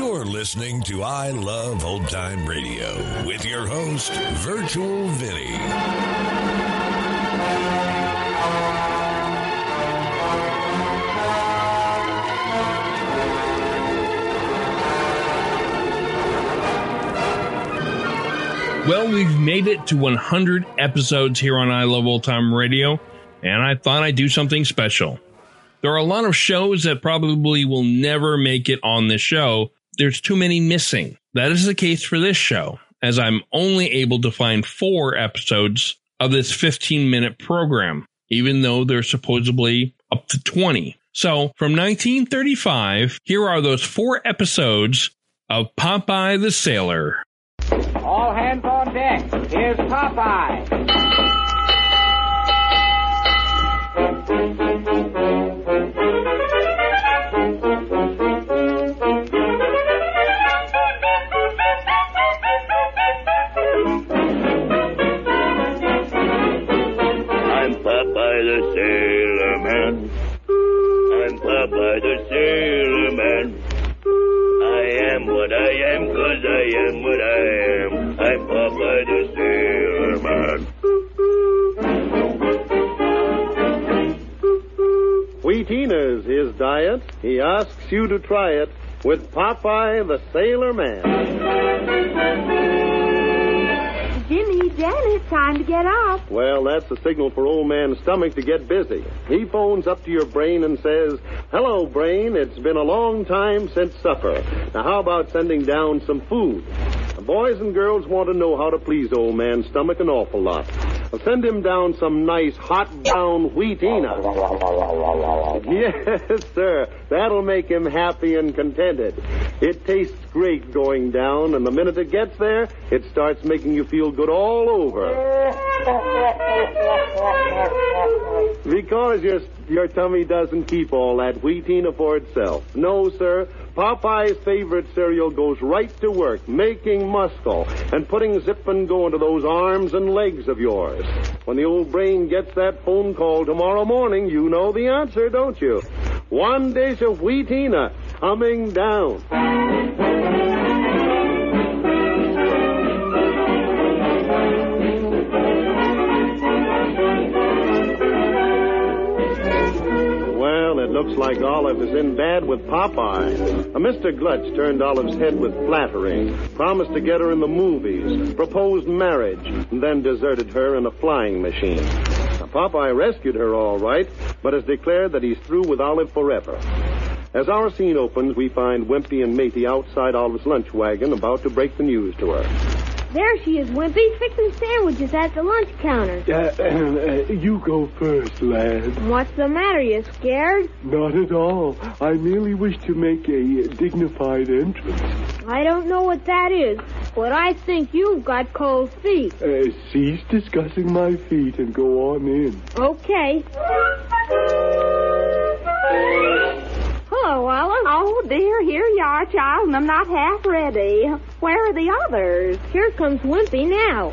listening to I Love Old Time Radio with your host, Virtual Vinny. Well, we've made it to 100 episodes here on I Love Old Time Radio, and I thought I'd do something special. There are a lot of shows that probably will never make it on this show. There's too many missing. That is the case for this show, as I'm only able to find four episodes of this 15 minute program, even though they're supposedly up to 20. So from 1935, here are those four episodes of Popeye the Sailor. All hands on deck. Here's Popeye. I'm Popeye the Sailor Man. I'm Popeye the Sailor Man. I am what I am 'cause I am what I am. I'm Popeye the Sailor Man. Wheatina's his diet. He asks you to try it with Popeye the Sailor Man. Jimmy, Jan, it's time to get up. Well, that's the signal for old man's stomach to get busy. He phones up to your brain and says, Hello, brain. It's been a long time since supper. Now, how about sending down some food? The boys and girls want to know how to please old man's stomach an awful lot. Well, send him down some nice hot brown wheatina. Yes, sir. That'll make him happy and contented. It tastes great going down, and the minute it gets there, it starts making you feel good all over. Because your your tummy doesn't keep all that wheatina for itself. No, sir. Popeye's favorite cereal goes right to work, making muscle and putting zip and go into those arms and legs of yours. When the old brain gets that phone call tomorrow morning, you know the answer, don't you? One dish of wheatina coming down. Well, it looks like Olive is in bad with Popeye. A Mr. Glutch turned Olive's head with flattery, promised to get her in the movies, proposed marriage, and then deserted her in a flying machine. Now, Popeye rescued her all right, but has declared that he's through with Olive forever. As our scene opens, we find Wimpy and Matey outside Olive's lunch wagon about to break the news to her. There she is, Wimpy, fixing sandwiches at the lunch counter. Uh, you go first, lad. What's the matter? You scared? Not at all. I merely wish to make a dignified entrance. I don't know what that is, but I think you've got cold feet. Uh, cease discussing my feet and go on in. Okay. Hello, Ellen. Oh, dear, here you are, child, and I'm not half ready. Where are the others? Here comes Wimpy now.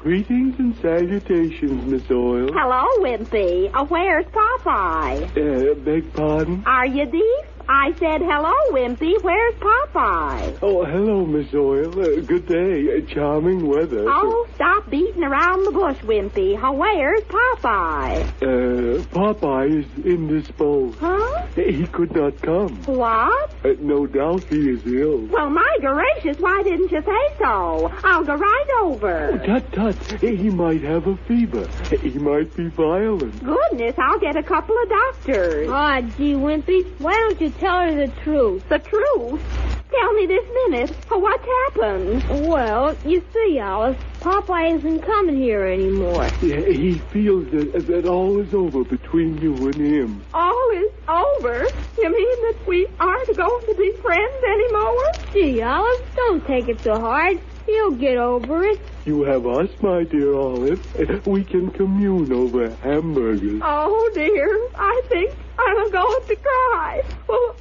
Greetings and salutations, Miss Oil. Hello, Wimpy. Oh, where's Popeye? Uh, beg pardon? Are you deep? I said, hello, Wimpy. Where's Popeye? Oh, hello, Miss Oil. Uh, good day. Uh, charming weather. Oh, stop beating around the bush, Wimpy. Oh, where's Popeye? Uh, Popeye is indisposed. Huh? He could not come. What? Uh, no doubt he is ill. Well, my gracious, why didn't you say so? I'll go right over. Tut tut. He might have a fever. He might be violent. Goodness, I'll get a couple of doctors. Aw, gee, Wimpy, why don't you tell her the truth? The truth? Tell me this minute. Oh, What's happened? Well, you see, Alice, Popeye isn't coming here anymore. He feels that, that all is over between you and him. All is over? You mean that we aren't going to be friends anymore? Gee, Alice, don't take it so hard. He'll get over it. You have us, my dear Olive. We can commune over hamburgers. Oh, dear. I think I'm going to cry.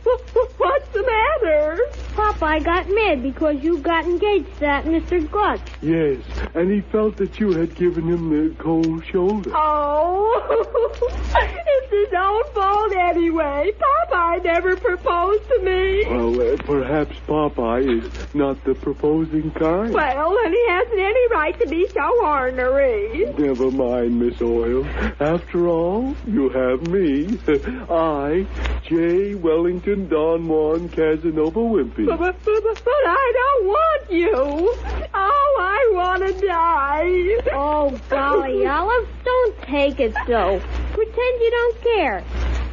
What's the matter? Popeye got mad because you got engaged to that Mr. Glutz. Yes, and he felt that you had given him the cold shoulder. Oh, it's his own fault anyway. Popeye never proposed to me. Well, uh, perhaps Popeye is not the proposing kind. Well, then he hasn't any right to be so ornery. Never mind, Miss Oil. After all, you have me. I, J. Wellington Don Juan Casanova Wimpy. But, but, but, but I don't want you. Oh, I want to die. Oh, golly, Olive, don't take it so. Pretend you don't care.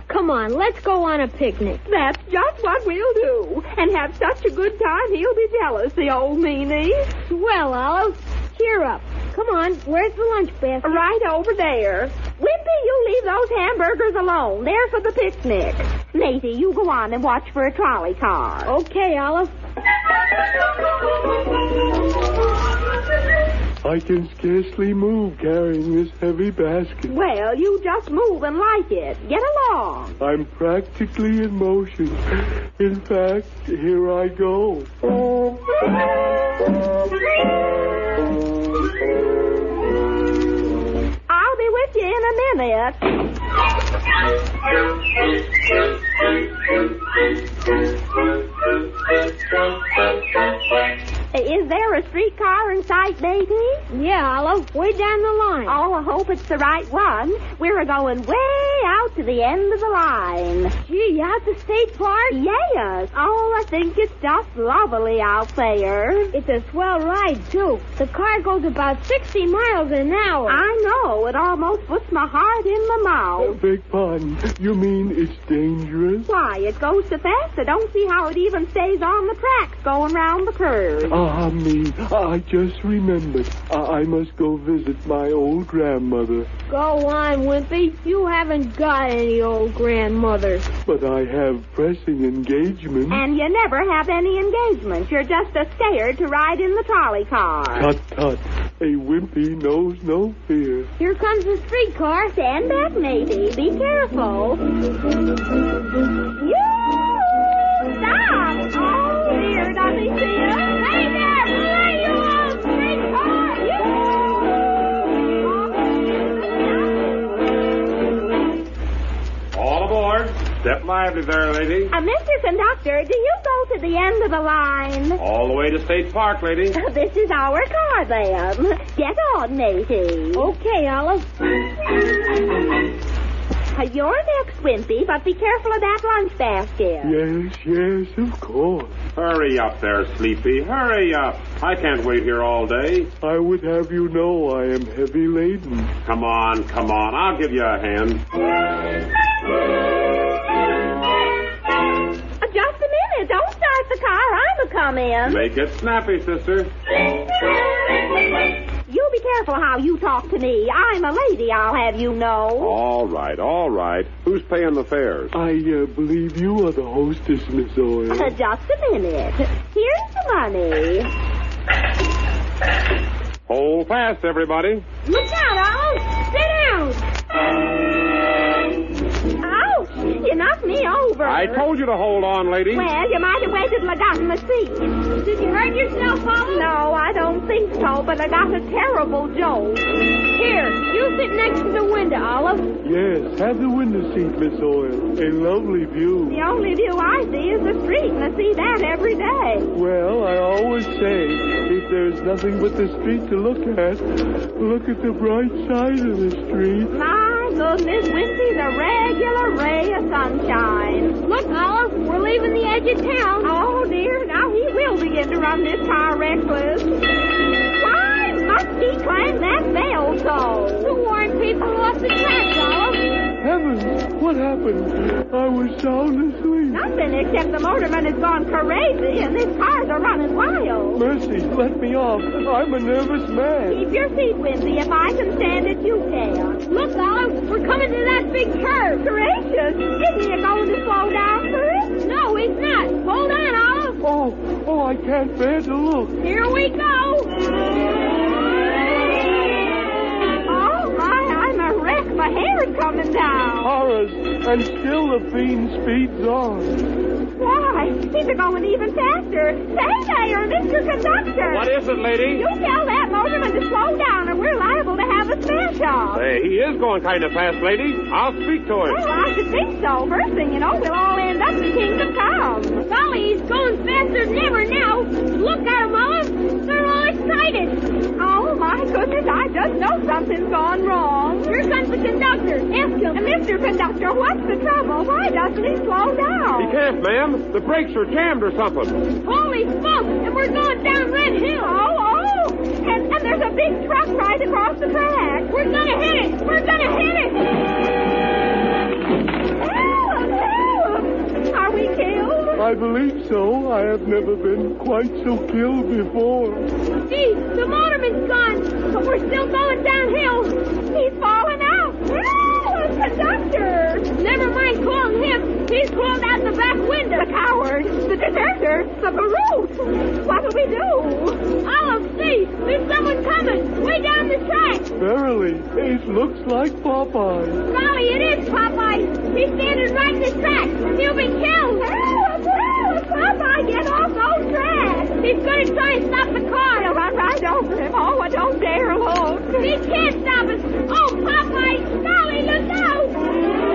Come on, let's go on a picnic. That's just what we'll do. And have such a good time, he'll be jealous, the old meanie. Well, Olive, cheer up. Come on, where's the lunch basket? Right over there. Wimpy, you leave those hamburgers alone. They're for the picnic. Maisie, you go on and watch for a trolley car. Oh, Okay, Olive. I can scarcely move carrying this heavy basket. Well, you just move and like it. Get along. I'm practically in motion. In fact, here I go. I'll be with you in a minute. Is there a streetcar in sight, Maisie? Yeah, Olive, way down the line. Oh, I hope it's the right one. We're going way out to the end of the line. Gee, out the state park? Yes. Oh, I think it's just lovely out there. It's a swell ride, too. The car goes about 60 miles an hour. I know. It almost puts my heart in my mouth. Beg pardon. You mean it's dangerous? Why, it goes so fast I don't see how it even stays on the tracks going round the curve. Ah, me. I just remembered. I, I must go visit my old grandmother. Go on, Wimpy. You haven't got any old grandmother. But I have pressing engagements. And you never have any engagements. You're just a scared to ride in the trolley car. Tut tut. A wimpy knows no fear. Here comes the streetcar. Stand back, maybe. Be careful. You stop! Oh dear, nothing to you. Hey there, who are you, old streetcar? You. All aboard. Step lively there, lady. Uh, Mr. Conductor, do you go to the end of the line? All the way to State Park, lady. This is our car, then. Get on, matey. Okay, Olive. Uh, You're next, Wimpy, but be careful of that lunch basket. Yes, yes, of course. Hurry up there, Sleepy. Hurry up. I can't wait here all day. I would have you know I am heavy laden. Come on, come on. I'll give you a hand. Uh, Just a minute. Don't start the car. I'm a come in. Make it snappy, sister. You be careful how you talk to me. I'm a lady, I'll have you know. All right, all right. Who's paying the fares? I uh, believe you are the hostess, Miss Uh, Oil. Just a minute. Here's the money. Hold fast, everybody. Look out, Owl! Sit down! Ouch! You knocked me over. I told you to hold on, lady. Well, you might have waited till I got in the seat. Did you hurt yourself, Olive? No, I don't think so, but I got a terrible jolt. Here, you sit next to the window, Olive. Yes, have the window seat, Miss Oil. A lovely view. The only view I see is the street, and I see that every day. Well, I always say, if there's nothing but the street to look at, look at the bright side of the street. My goodness, Wincy's a regular ray of sunshine. Look, Olive, we're leaving the edge of town. Oh dear, now he will begin to run this car reckless. Why must he climb that bell so? To warn people off the track, Olive. Heavens, what happened? I was sound asleep. Nothing except the motorman has gone crazy and his cars are running wild. Mercy, let me off. I'm a nervous man. Keep your seat, Wincy. If I can stand it, you can. Look, Olive, we're coming to that big curve. Gracious, isn't it going to slow down for it? No, it's not. Hold on, Olive. Oh, oh, I can't bear to look. Here we go. Oh, and still the bean speeds on. Why? He's going even faster. Say there, Mr. Conductor. What is it, lady? You tell that motorman to slow down or we're liable to have a smash-off. Hey, he is going kind of fast, lady. I'll speak to him. Well, I should think so. First thing you know, we'll all end up in Kingdom Come. Golly, he's going faster than ever now. Look at him, Olive. They're all excited. Oh, my goodness, I just know something's gone wrong. Here comes the conductor. Ask him. And Mr. Conductor, what's the trouble? Why doesn't he slow down? He can't, ma'am. The brakes are jammed or something. Holy smoke! And we're going down Red Hill. Oh, oh! And, and there's a big truck right across the track. We're gonna hit it. We're gonna hit it. Help! Help! Are we killed? I believe so. I have never been quite so killed before. Gee, the motorman's gone, but we're still going downhill. He's falling out. Help! Conductor! Ah, Never mind calling him. He's crawled out the back window. The coward. The deserter. The brute. What'll we do? Olive, see. There's someone coming. Way down the track. Verily, it looks like Popeye. Golly, it is Popeye. He's standing right in the track. He'll be killed. Help! Help! Popeye, get off those tracks. He's going to try and stop the car. He'll run right over him. Oh, I don't dare look. He can't stop us. Oh, Popeye. Golly, look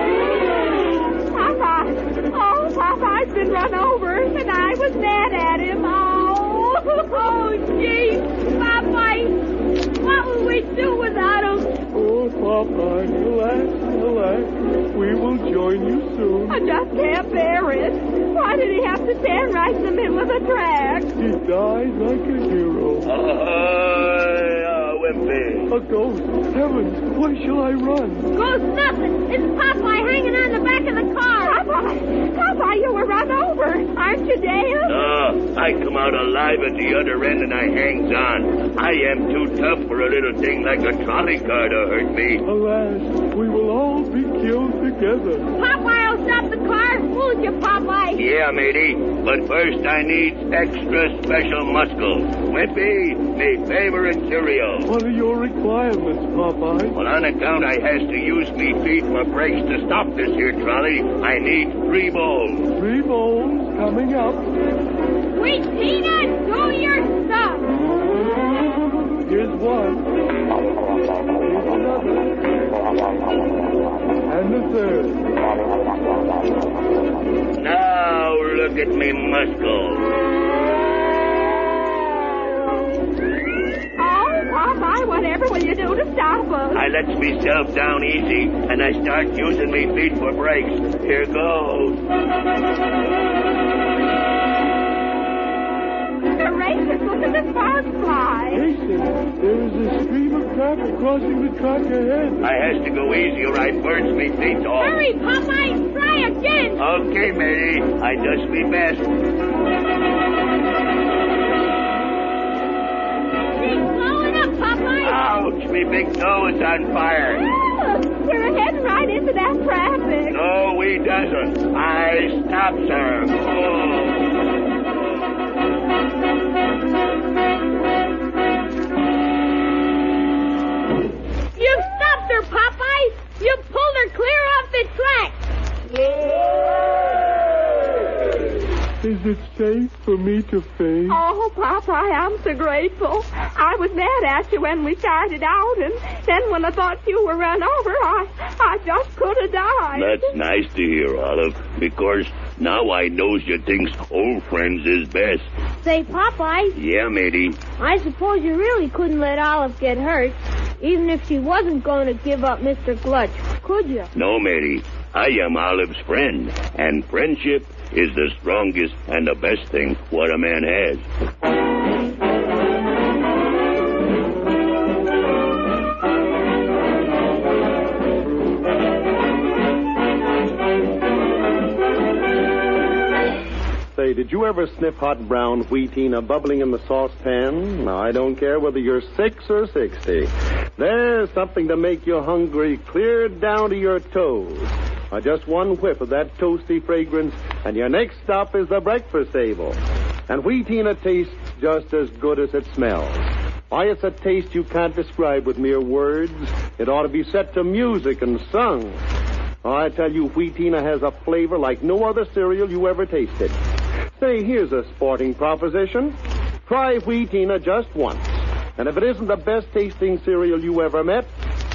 out. Popeye. Oh, Popeye's been run over, and I was mad at him. Oh, oh, gee, Popeye, what will we do without him? Oh, Popeye, relax, relax. We will join you soon. I just can't bear it. Why did he have to stand right in the middle of the track? He died like a hero. Ahoy, uh, Wimpy. A ghost. Heavens, where shall I run? Ghost nothing. It's Popeye hanging on the back of the car. Popeye, Popeye, you were run over. Aren't you dead? No, I come out alive at the other end and I hangs on. I am too tough for a little thing like a trolley car to hurt me. Alas, we will all be killed together. Popeye will stop the car, won't you, Popeye? Yeah, matey. But first I need extra special muscle. Wimpy, me favorite cereal. What are your requirements, Popeye? Well, on account I has to use me feet for brakes to stop this here trolley, I need three bowls. Three bowls coming up. Wait, Peanut, do your stuff. Here's one. And the third. Now look at me muscle. Oh, Popeye, whatever will you do to stop us? I lets myself down easy, and I start using me feet for brakes. Here goes. Gracious, look at this firefly. Jason, there is a stream of traffic crossing the track ahead. I has to go easy or I burns me feet off. Hurry, Popeye, try again. Okay, matey, I does me best. He's blowing up, Popeye. Ouch, me big toe is on fire. You're heading right into that traffic. No, Oh, we doesn't. I stops her. Oh. You stopped her, Popeye! You pulled her clear off the track! Is it safe for me to faint? Oh, Popeye, I'm so grateful. I was mad at you when we started out, and then when I thought you were run over, I, I just could have died. That's nice to hear, Olive, because now I knows you thinks old friends is best. Say, Popeye. Yeah, matey. I suppose you really couldn't let Olive get hurt, even if she wasn't going to give up Mr. Glutch, could you? No, matey. I am Olive's friend, and friendship is the strongest and the best thing what a man has. Say, did you ever sniff hot brown wheatina bubbling in the saucepan? Now, I don't care whether you're six or 60. There's something to make you hungry clear down to your toes. Now, just one whiff of that toasty fragrance, and your next stop is the breakfast table. And wheatina tastes just as good as it smells. Why, it's a taste you can't describe with mere words. It ought to be set to music and sung. Oh, I tell you, Wheatina has a flavor like no other cereal you ever tasted. Say, here's a sporting proposition. Try Wheatina just once. And if it isn't the best tasting cereal you ever met,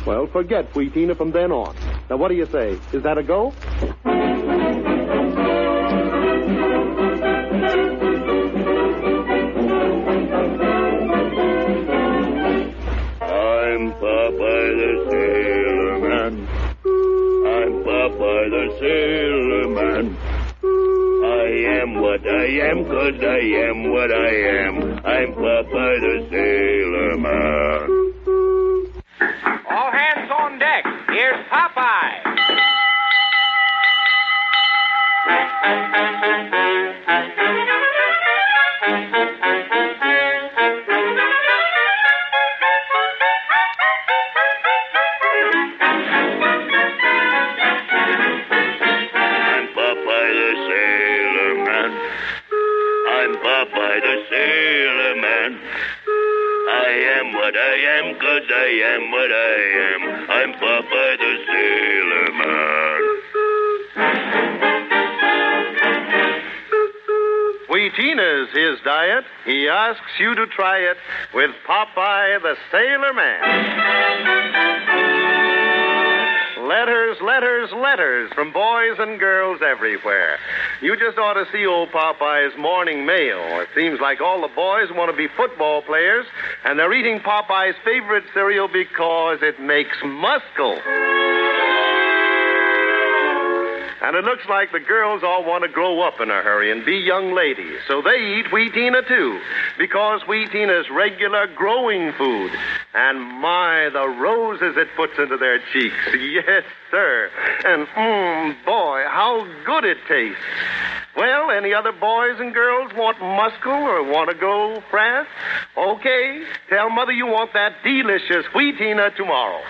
well, forget Wheatina from then on. Now, what do you say? Is that a go? I'm Popeye the Sailor Man. I'm Popeye the Sailor Man. I am what I am 'cause I am what I am. I'm Popeye the Sailor Man. All hands on deck. Here's Popeye. I'm Popeye the Sailor Man. I'm Popeye the Sailor Man. I am what I am 'cause I am what I am. I'm Popeye the Sailor Man. Wheatina's his diet. He asks you to try it with Popeye the Sailor Man. Letters, letters, letters from boys and girls everywhere. You just ought to see old Popeye's morning mail. It seems like all the boys want to be football players, and they're eating Popeye's favorite cereal because it makes muscle. And it looks like the girls all want to grow up in a hurry and be young ladies. So they eat Wheatina too, because Wheatina's regular growing food. And my, the roses it puts into their cheeks. Yes, sir. And mmm, boy, how good it tastes. Well, any other boys and girls want muscle or want to go fast? Okay, tell Mother you want that delicious Wheatina tomorrow.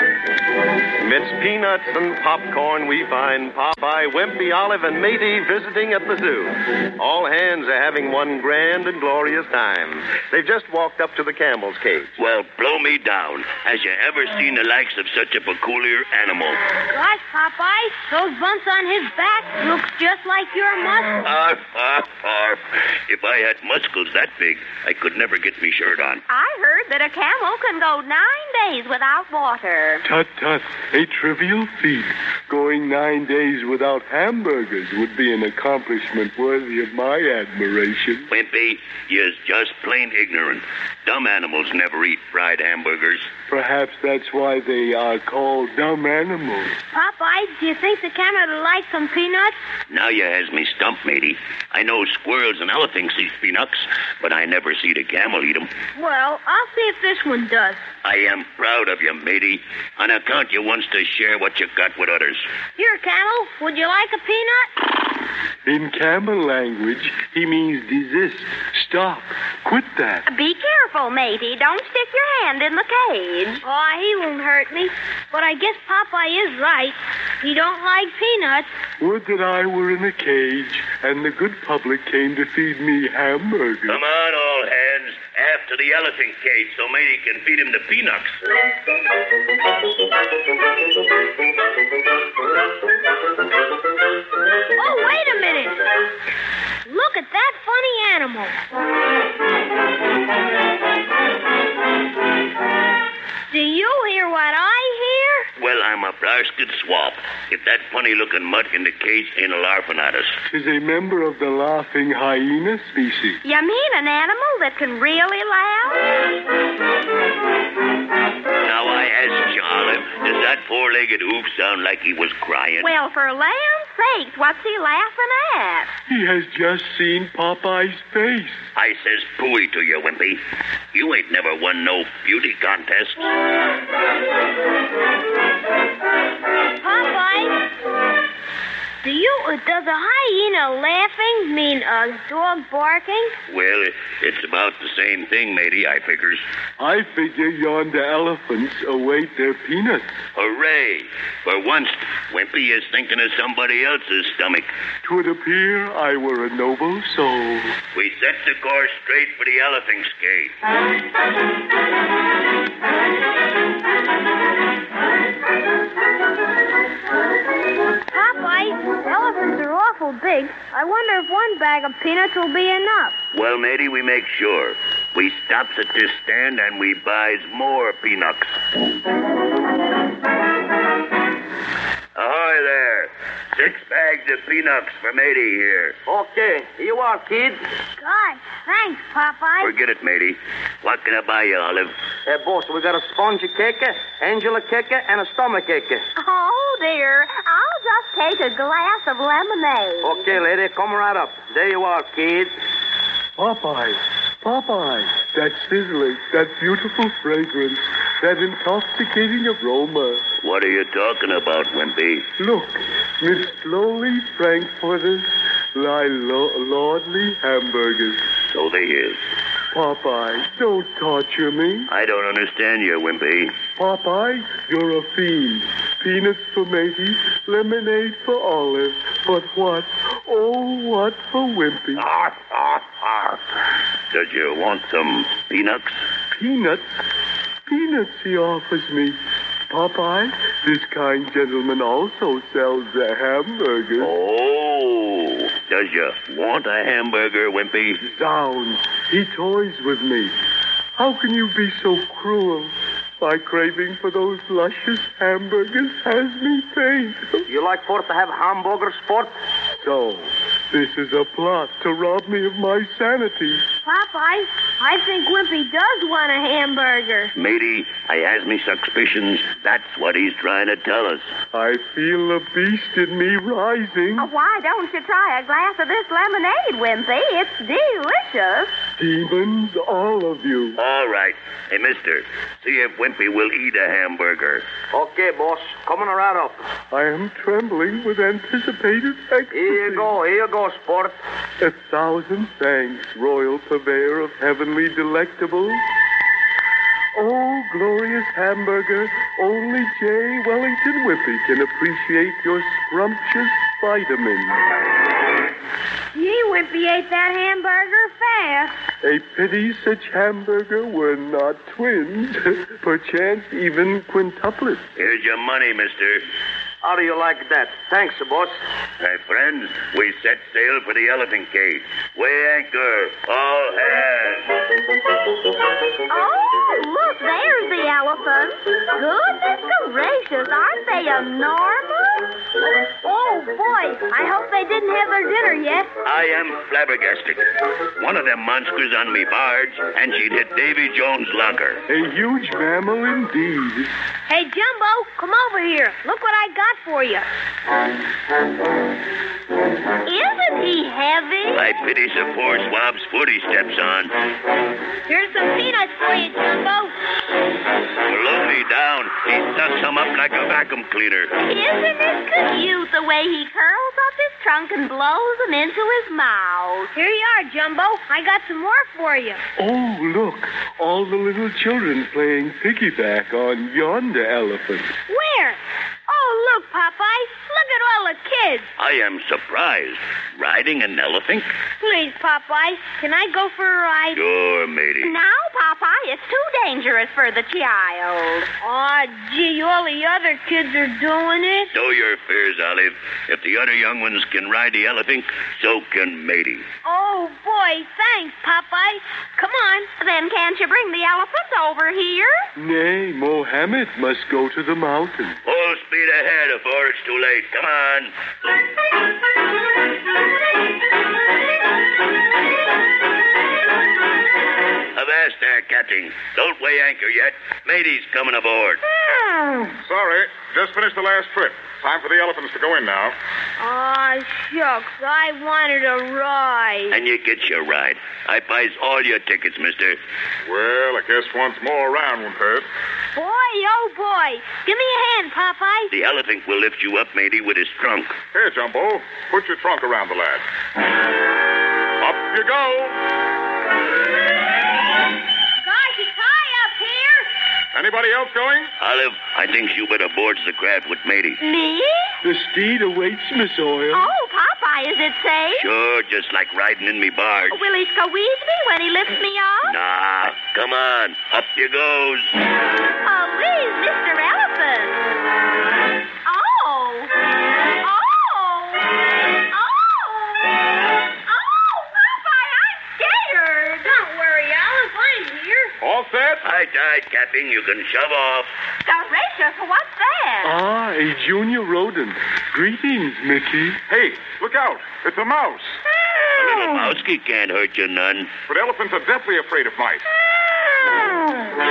Amidst peanuts and popcorn, we find Popeye, Wimpy, Olive, and Matey visiting at the zoo. All hands are having one grand and glorious time. They've just walked up to the camel's cage. Well, blow me down. Has you ever seen the likes of such a peculiar animal? Gosh, Popeye, those bumps on his back look just like your muscles. Arf, arf, arf. Ah, If I had muscles that big, I could never get me shirt on. I heard that a camel can go nine days without water. Tut tut, a trivial feat. Going nine days without hamburgers would be an accomplishment worthy of my admiration. Wimpy, you're just plain ignorant. Dumb animals never eat fried hamburgers. Perhaps that's why they are called dumb animals. Popeye, do you think the camera would like some peanuts? Now you has me stumped, matey. I know squirrels and elephants eat peanuts, but I never see a camel eat 'em. Well, I'll see if this one does. I am proud of you, matey, on account you wants to share what you got with others. Here, Camel, would you like a peanut? In camel language, he means desist, stop, quit that. Uh, Be careful, matey. Don't stick your hand in the cage. Aw, he won't hurt me. But I guess Popeye is right. He don't like peanuts. Would that I were in a cage and the good public came to feed me hamburgers. Come on, all hands, after the elephant cage so matey can feed him the peanuts. Oh, wait a minute. Look at that funny animal. Do you hear what I hear? Well, I'm a blasted swamp. If that funny looking mutt in the cage ain't a larfin' at us. Tis a member of the laughing hyena species. You mean an animal that can really laugh? Now I ask you, Olive, does that four legged hoof sound like he was crying? Well, for lamb's sakes, what's he laughing at? He has just seen Popeye's face. I says pooey to you, Wimpy. You ain't never won no beauty contest. Popeye, do you uh, Does a hyena laughing mean a dog barking? Well, it, it's about the same thing, matey, I figures. I figure yonder elephants await their peanuts. Hooray! For once, Wimpy is thinking of somebody else's stomach. Twould appear I were a noble soul. We set the course straight for the elephant skate. Popeye, elephants are awful big. I wonder if one bag of peanuts will be enough. Well, matey, we make sure. We stops at this stand and we buys more peanuts. Ahoy there! Six bags of peanuts for matey here. Okay, here you are, kid. God, thanks, Popeye. Forget it, matey. What can I buy you, Olive? Hey, boss, we got a spongy cake, Angela cake, and a stomach cake. Oh, dear. I'll just take a glass of lemonade. Okay, lady, come right up. There you are, kid. Popeye, Popeye, that sizzling, that beautiful fragrance, that intoxicating aroma. What are you talking about, Wimpy? Look, mid slowly frankfurters lie lo- lordly hamburgers. So they is. Popeye, don't torture me. I don't understand you, Wimpy. Popeye, you're a fiend. Peanuts for matey, lemonade for olive. But what, oh, what for Wimpy? Ah, ah, ah. Did you want some peanuts? Peanuts? Peanuts he offers me. Popeye, this kind gentleman also sells a hamburger. Oh, does you want a hamburger, Wimpy? Down. He toys with me. How can you be so cruel? My craving for those luscious hamburgers has me faint. You like for to have hamburger sport? So, this is a plot to rob me of my sanity. Popeye, I think Wimpy does want a hamburger. Matey, I has me suspicions. That's what he's trying to tell us. I feel the beast in me rising. Oh, why don't you try a glass of this lemonade, Wimpy? It's delicious. Demons, all of you. All right. Hey, mister, see if Wimpy will eat a hamburger. Okay, boss. Coming right up. I am trembling with anticipated ecstasy. Here you go, here you go, sport. A thousand thanks, royal purveyor of heavenly delectables. Oh, glorious hamburger, only J. Wellington Whippy can appreciate your scrumptious vitamins. Gee, Wimpy ate that hamburger fast. A pity such hamburger were not twins, perchance even quintuplets. Here's your money, mister. How do you like that? Thanks, boss. Hey, friends, we set sail for the elephant cage. Weigh anchor, all hands. Oh, look, there's the elephants. Goodness gracious, aren't they enormous? Oh, boy, I hope they didn't have their dinner yet. I am flabbergasted. One of them monsters on me barge, and she'd hit Davy Jones' locker. A huge mammal indeed. Hey, Jumbo, come over here. Look what I got for you. Isn't he heavy? I pity the poor swab's foot he steps on. Here's some peanuts for you, Jumbo. Blow me down. He sucks him up like a vacuum cleaner. Isn't this cute the way he curls up his trunk and blows them into his mouth? Here you are, Jumbo. I got some more for you. Oh, look, all the little children playing piggyback on yonder elephant. Where? Oh, look, Popeye. Look at all the kids. I am surprised. Riding an elephant? Please, Popeye, can I go for a ride? Sure, matey. Now, Popeye, it's too dangerous for the child. Aw, gee, all the other kids are doing it. Sow your fears, Olive. If the other young ones can ride the elephant, so can matey. Oh, boy, thanks, Popeye. Come on. Then can't you bring the elephant over here? Nay, Mohammed must go to the mountain. Full speed ahead before it's too late. Come on. Avast there, Captain. Don't weigh anchor yet. Matey's coming aboard. Hmm. Sorry, just finished the last trip. Time for the elephants to go in now. Aw, shucks. I wanted a ride. And you get your ride. I buys all your tickets, mister. Well, I guess once more around won't hurt. Boy, oh boy. Give me a hand, Popeye. The e- elephant will lift you up, matey, with his trunk. Here, Jumbo, put your trunk around the lad. Up you go. Gosh, it's high up here. Anybody else going? Olive, I think you better board the craft with matey. Me? The steed awaits, Miss Oil. Oh, Popeye, is it safe? Sure, just like riding in me Oh, barge. Will he squeeze me when he lifts me up? Nah, come on. Up you goes. Oh, please, Mr. Elephant. Oh. Oh. Oh, Popeye, I'm scared. Don't worry, Olive. I'm here. All set? Aye, aye, Captain. You can shove off. Gracious, what's Uh. that? Ah, a junior rodent. Greetings, Mickey. Hey, look out. It's a mouse. A little mousey can't hurt you none. But elephants are deathly afraid of mice. Oh,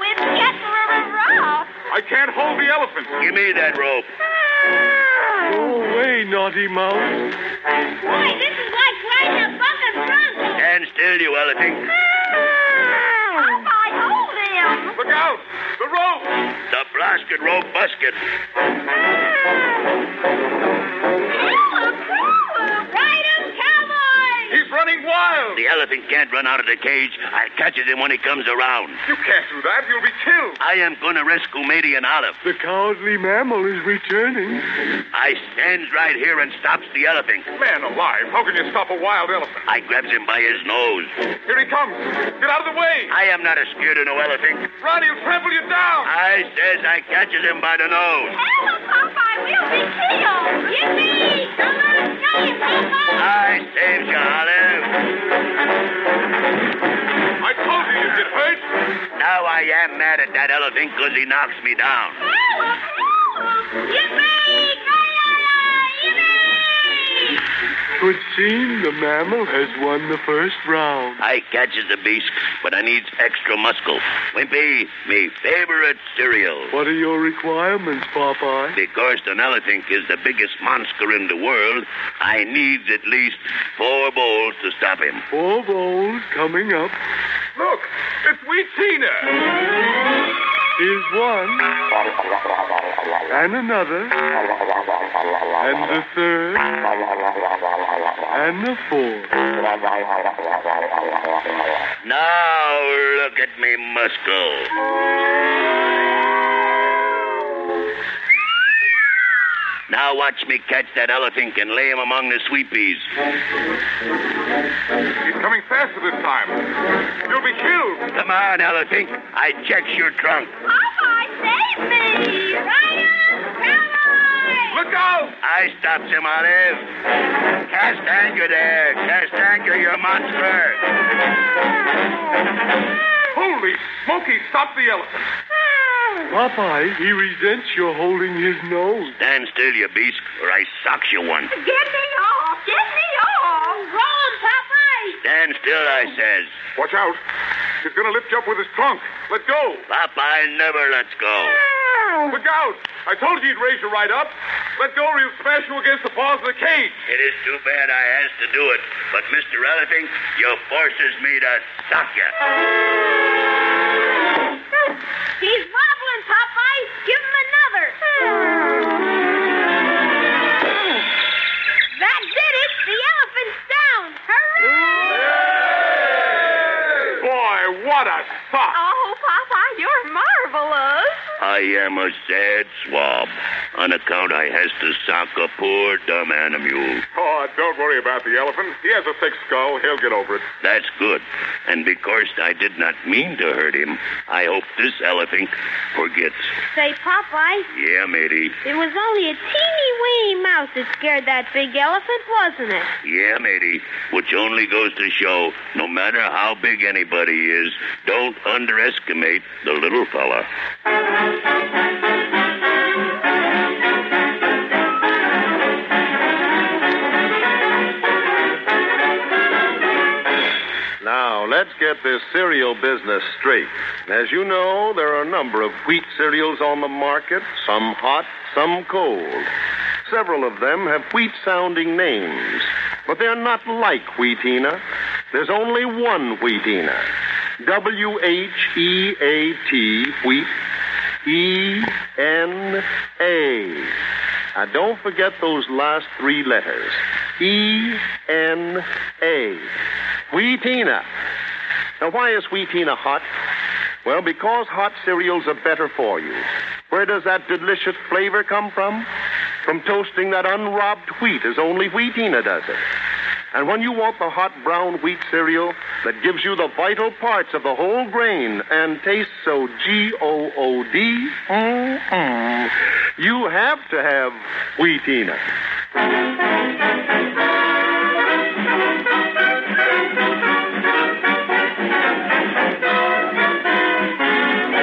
it's getting rough. I can't hold the elephant. Give me that rope. Go away, Oh, naughty mouse. Boy, this is like riding a buck in front. Stand still, you elephant. Popeye, hold him. Look out. The rope. The blasted rope busket. Oh, Ride him, cowboy. He's running wild. The elephant can't run out of the cage. I'll catch him when he comes around. You can't do that. You'll be killed. I am going to rescue Matey and Olive. The cowardly mammal is returning. I stands right here and stops the elephant. Man alive, how can you stop a wild elephant? I grabs him by his nose. Here he comes. Get out of the way. I am not a scared of no elephant. Run, he'll trample you down. I says I catches him by the nose. Help, Popeye. We'll be killed. Yippee. Come on, go, you Popeye. I saves you, Olive. I told you you'd get hurt. Now I am mad at that elephant 'cause he knocks me down. Help, help. Yippee. Yippee. It seems the mammal has won the first round. I catches the beast, but I needs extra muscle. Wimpy, me favorite cereal. What are your requirements, Popeye? Because an elephant is the biggest monster in the world, I needs at least four bowls to stop him. Four bowls coming up. Look, it's Wee Tina. Here's one. And another. And the third. And the fourth. Now look at me muscle. Now watch me catch that elephant and lay him among the sweet peas. He's coming faster this time. You'll be killed. Come on, elephant. I checks your trunk. Popeye, save me. Ride him, cowboy. Look out. I stops him, Olive. Cast anchor there. Cast anchor, you monster. Holy smoky, stop the elephant. Popeye, he resents your holding his nose. Stand still, you beast, or I socks you one. Get me off. Get me off. Roll him, Popeye. Stand still, I says. Watch out. He's going to lift you up with his trunk. Let go. Popeye never lets go. Look out. I told you he'd raise you right up. Let go or he'll smash you against the bars of the cage. It is too bad I has to do it, but Mr. Elephant, you forces me to sock you. He's wobbling, Popeye. Give him another. Hmm. That did it. The elephant's down. Hooray! Boy, what a sock. Oh, Popeye, you're marvelous. I am a sad swab. On account I has to sock a poor dumb animal. Oh, don't worry about the elephant. He has a thick skull. He'll get over it. That's good. And because I did not mean to hurt him, I hope this elephant forgets. Say, Popeye, Yeah, matey. it was only a teeny weeny mouse that scared that big elephant, wasn't it? Yeah, matey. Which only goes to show, no matter how big anybody is, don't underestimate the little fella. Now, let Let's get this cereal business straight. As you know, there are a number of wheat cereals on the market, some hot, some cold. Several of them have wheat sounding names, but they're not like Wheatina. There's only one Wheatina W H E A T, wheat, E N A. Now, don't forget those last three letters E N A. Wheatina. Now, why is Wheatina hot? Well, because hot cereals are better for you. Where does that delicious flavor come from? From toasting that unrobbed wheat, as only Wheatina does it. And when you want the hot brown wheat cereal that gives you the vital parts of the whole grain and tastes so G O O D, mm, you have to have Wheatina.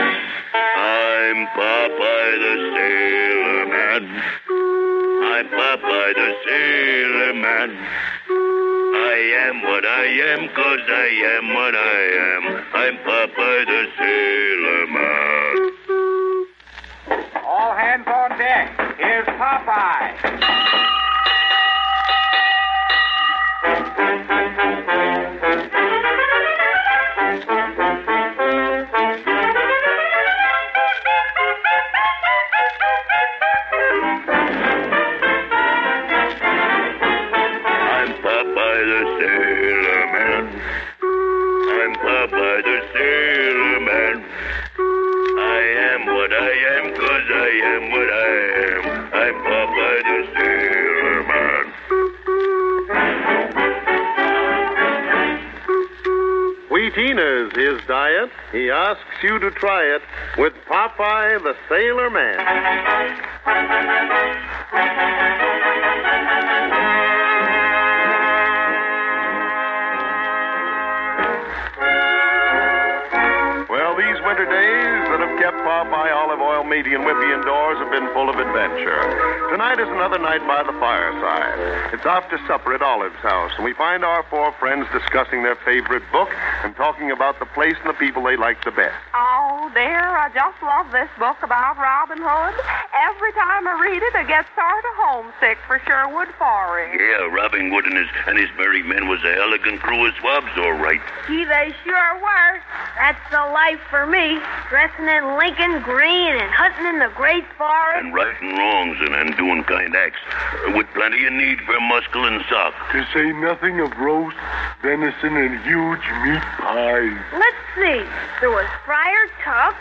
I'm Popeye the Sailor Man. I'm Popeye the Sailor Man. I am what I am 'cause I am what I am. I'm Popeye the Sailor Man. All hands on deck. Here's Popeye. I'm Popeye the Sailor Man. I'm Popeye the Sailor Man. I am what I am 'cause I am what I am. I'm Popeye the Sailor Man. Wheatina's his diet. He asks you to try it with Popeye the Sailor Man. Well, these winter days that have kept Popeye Olive Oil Meaty and Whippy indoors have been full of adventure. Tonight is another night by the fireside. It's after supper at Olive's house, and we find our four friends discussing their favorite book and talking about the place and the people they like the best. Oh, dear, I just love this book about Robin Hood. Every time I read it, I get sort of homesick for Sherwood Forest. Yeah, Robin Hood and his, and his merry men was a elegant crew of swabs, all right. Gee, they sure were. That's the life for me. Dressing in Lincoln green and hunting in the great forest. And righting wrongs and, and doing kind acts. uh, With plenty of need for muscle and sock. To say nothing of roast, venison, and huge meat pies. Let's see. There was Friar Tuck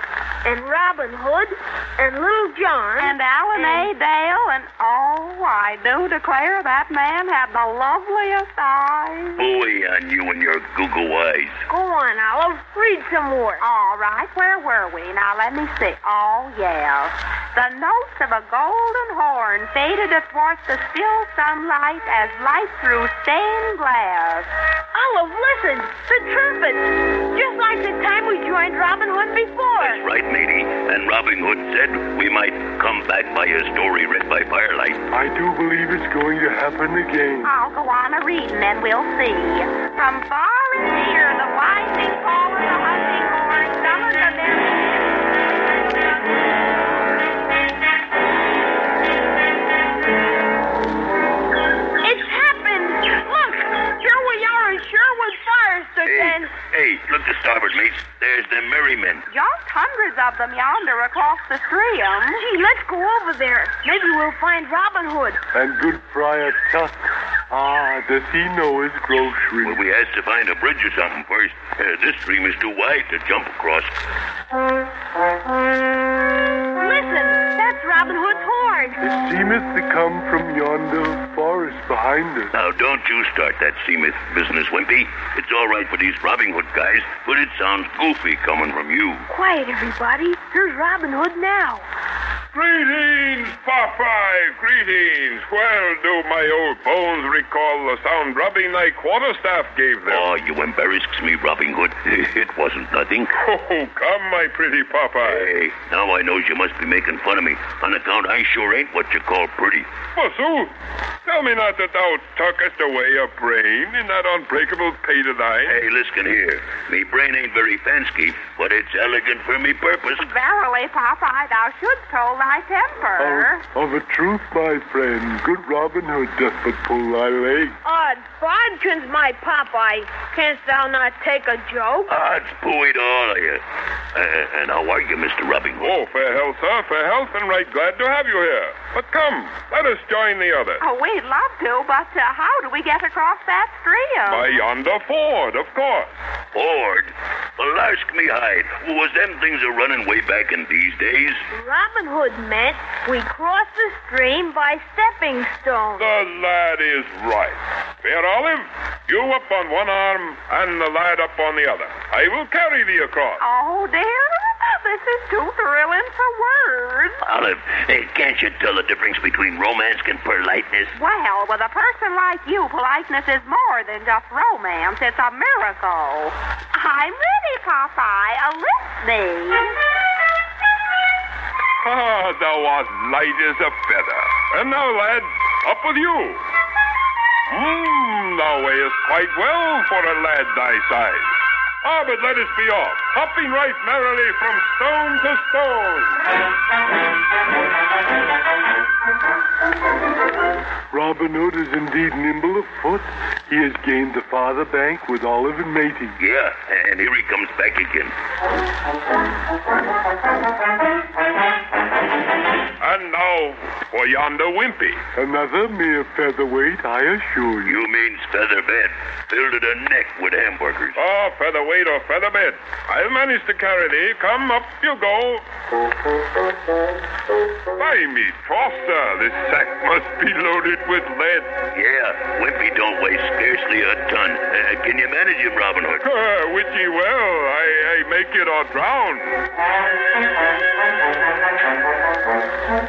and Robin Hood and Little John And Alan A. Dale, and oh, I do declare that man had the loveliest eyes. Boy, on you and your Google eyes. Go on, Olive. Read some more. All right, where were we? Now let me see. Oh, yeah. The notes of a golden horn faded athwart the still sunlight as light through stained glass. Olive, Oh, listen. The trumpets. Just like the time we joined Robin Hood before. Right, matey? And Robin Hood said we might come back by a story read by firelight. I do believe it's going to happen again. I'll go on a reading and we'll see. From far and near, the winding call of the hunting horn summons the It's happened. Look, here we are in Sherwood Forest again. Hey, look to starboard, mate. There's the merry men. Just hundreds of them yonder across the um. stream. Gee, let's go over there. Maybe we'll find Robin Hood. And good Friar Tuck. Ah, does he know his grocery? Well, we has to find a bridge or something first. Uh, this stream is too wide to jump across. Listen, that's Robin Hood's horn. It seemeth to come from yonder forest behind us. Now, don't you start that Seamith business, Wimpy. It's all right for these Robin Hood guys, but it sounds goofy coming from you. Quiet, everybody. Here's Robin Hood now. Greetings, Popeye! Greetings! Well, do my old bones recall the sound rubbing thy quarterstaff gave them? Oh, you embarrasses me, Robin Hood. It wasn't nothing. Oh, come, my pretty Popeye. Hey, now I knows you must be making fun of me on account I sure ain't what you call pretty. Forsooth, Tell me not that thou tuckest away a brain in that unbreakable pate of thine. Hey, listen here. Me brain ain't very fancy, but it's elegant for me purpose. Verily, Popeye, thou shouldst hold thy Oh, temper. Of a truth, my friend, good Robin Hood doth but pull thy leg. Odd bodkins, my Popeye. Canst thou not take a joke? Odds buoy to Ah, all of you. Uh, and how are you, Mr. Robin Hood? Oh, fair health, sir, fair health, and right glad to have you here. But come, let us join the others. Oh, we'd love to, but uh, how do we get across that um? stream? By yonder ford, of course. Ford? Well, ask me hide. Was them things a running way back in these days? Robin Hood meant we cross the stream by stepping stones. The lad is right. Fair Olive, you up on one arm and the lad up on the other. I will carry thee across. Oh, dear. This is too thrilling for words. Olive, hey, can't you tell the difference between romance and politeness? Well, with a person like you, politeness is more than just romance. It's a miracle. I'm ready, Popeye. A listening. Ah, thou art light as a feather. And now, lad, up with you. Mmm, thou weighest quite well for a lad thy size. Ah, but let us be off, hopping right merrily from stone to stone. Robin Hood is indeed nimble of foot. He has gained the farther bank with Olive and Matey. Yeah, and here he comes back again. And now for yonder wimpy. Another mere featherweight, I assure you. You means featherbed, filled to the neck with hamburgers. Ah, featherweight or featherbed. I'll manage to carry thee. Come up you go. By me, Foster, this sack must be loaded with lead. Yeah, Wimpy don't weigh scarcely a ton. Uh, can you manage him, Robin Hood? Uh, which he will. I, I make it or drown.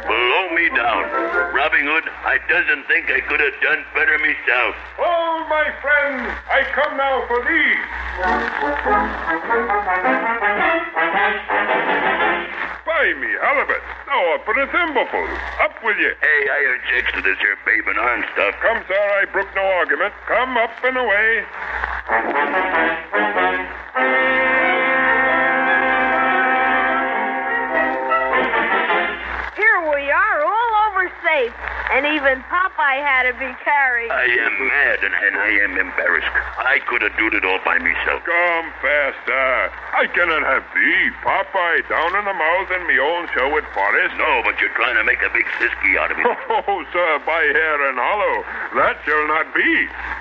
Blow me down. Robin Hood, I doesn't think I could have done better myself. Oh, my friend, I come now for thee. By me, halibut, thou art but a thimbleful. Up with you. Hey, I objects to this here babe and arm stuff. Come, sir, I brook no argument. Come up and away. Here we are, all over safe. And even Popeye had to be carried. I am mad and, and I am embarrassed. I could have doed it all by myself. Come faster. I cannot have thee, Popeye, down in the mouth in me own Sherwood Forest. No, but you're trying to make a big sisky out of me. Oh, sir, by hair and hollow, that shall not be.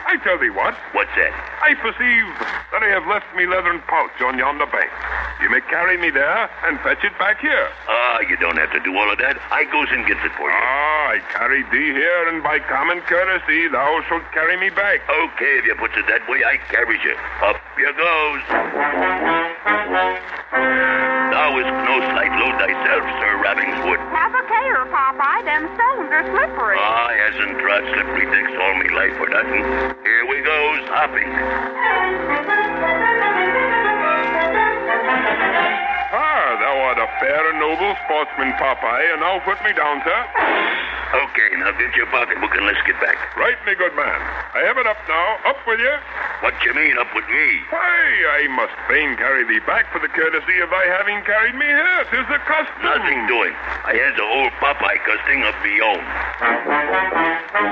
I tell thee what, What's that? I perceive that I have left me leathern pouch on yonder bank. You may carry me there and fetch it back here. Ah, you don't have to do all of that. I goes and gets it for you. Ah, I carried thee here, and by common courtesy thou shalt carry me back. Okay, if you puts it that way, I carries you. Up you goes. Thou is no slight load thyself, Sir Ravenswood. Have a care, Popeye. Them stones are slippery. I hasn't trod slippery dicks all me life for nothing. Here we goes, hopping. Ah, thou art a fair and noble sportsman, Popeye, and now put me down, sir. Okay, now get your pocketbook and let's get back. Right, me good man. I have it up now. Up with you. What you mean, up with me? Why, I must fain carry thee back for the courtesy of thy having carried me here. 'Tis the custom. Nothing doing. I has a old Popeye custing of me own.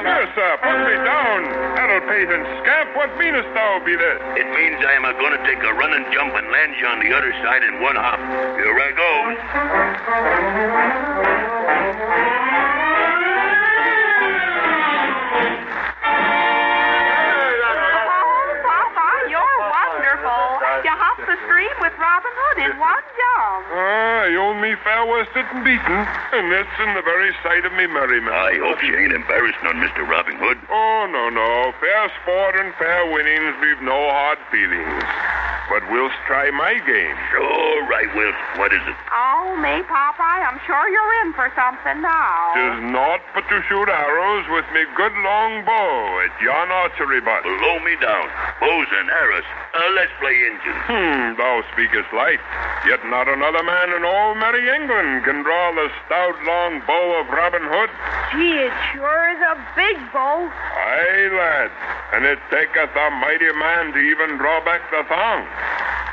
Here, sir, put me down. That'll pay and scamp. What meanest thou be this? It means I am a going to take a run and jump and land you on the other side in one hop. Here I goes. Oh, Popeye, you're wonderful. You hopped the stream with Robin Hood in one jump. Ah, you own me fair worsted and beaten, and this in the very sight of me merriment. Ah, I hope she ain't embarrassed on Mr. Robin Hood. Oh, no, no. Fair sport and fair winnings leave no hard feelings. But Wilt's try my game. All right, Wilt. What is it? Oh, me, Popeye, I'm sure you're in for something now. Tis naught but to shoot arrows with me good long bow at yon archery butt. Blow me down. Bows and arrows. Uh, let's play engine. Hmm, thou speakest light. Yet not another man in all merry England can draw the stout long bow of Robin Hood. Gee, it sure is a big bow. Aye, lad. And it taketh a mighty man to even draw back the thong.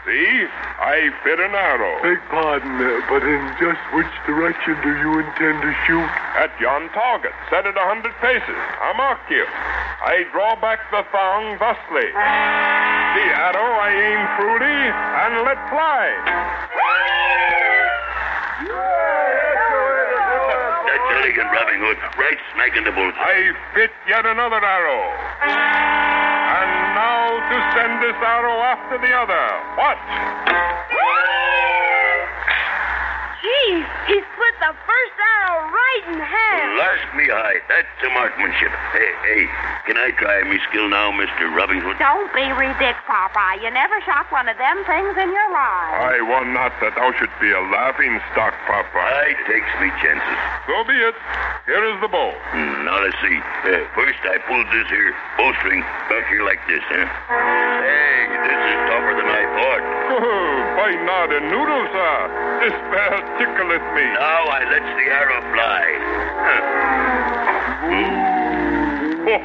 See, I fit an arrow Beg pardon, uh, but in just which direction do you intend to shoot? at yon target, set it a hundred paces. I mark you. I draw back the thong thusly. The arrow I aim through thee and let fly. That elegant Robin Hood, right smack in the bullseye. I fit yet another arrow. And now to send this arrow after the other. Watch! Gee, he split the first arrow right in half. Blast me high. That's the marksmanship. Hey, hey, can I try me skill now, Mr. Robin Hood? Don't be ridiculous, Popeye. You never shot one of them things in your life. I wot not that thou should be a laughing stock, Papa. I takes me chances. So be it. Here is the bow. Hmm, now let's see. Uh, first, I pulled this here bowstring back here like this, huh? Hey, this is tougher than I thought. By not a noodle, sir. Despair tickleth me. Now I lets the arrow fly.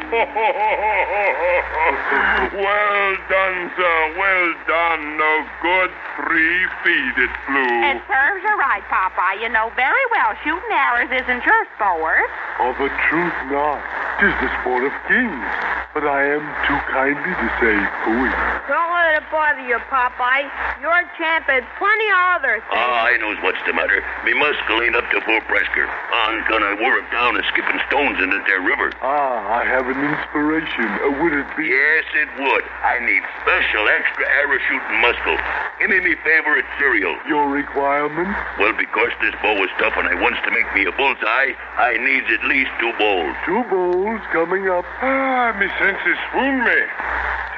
Huh. well done, sir. Well done. A good three feet it flew. It serves you right, Popeye. You know very well shooting arrows isn't your sport. Of a truth not. Tis the sport of kings. But I am too kindly to say pooey. Don't let it bother you, Popeye. You're champ at plenty of other Ah, things. I knows what's the matter. Me muscle ain't up to full pressure. I'm gonna work down and skipping stones into their river. Ah, I have an inspiration. Uh, would it be? Yes, it would. I need special extra arrow shooting muscle. Give me me favorite cereal. Your requirement? Well, because this bow is tough and I wants to make me a bullseye, I needs at least two bowls. Two bowls coming up. Ah, me senses swoon me.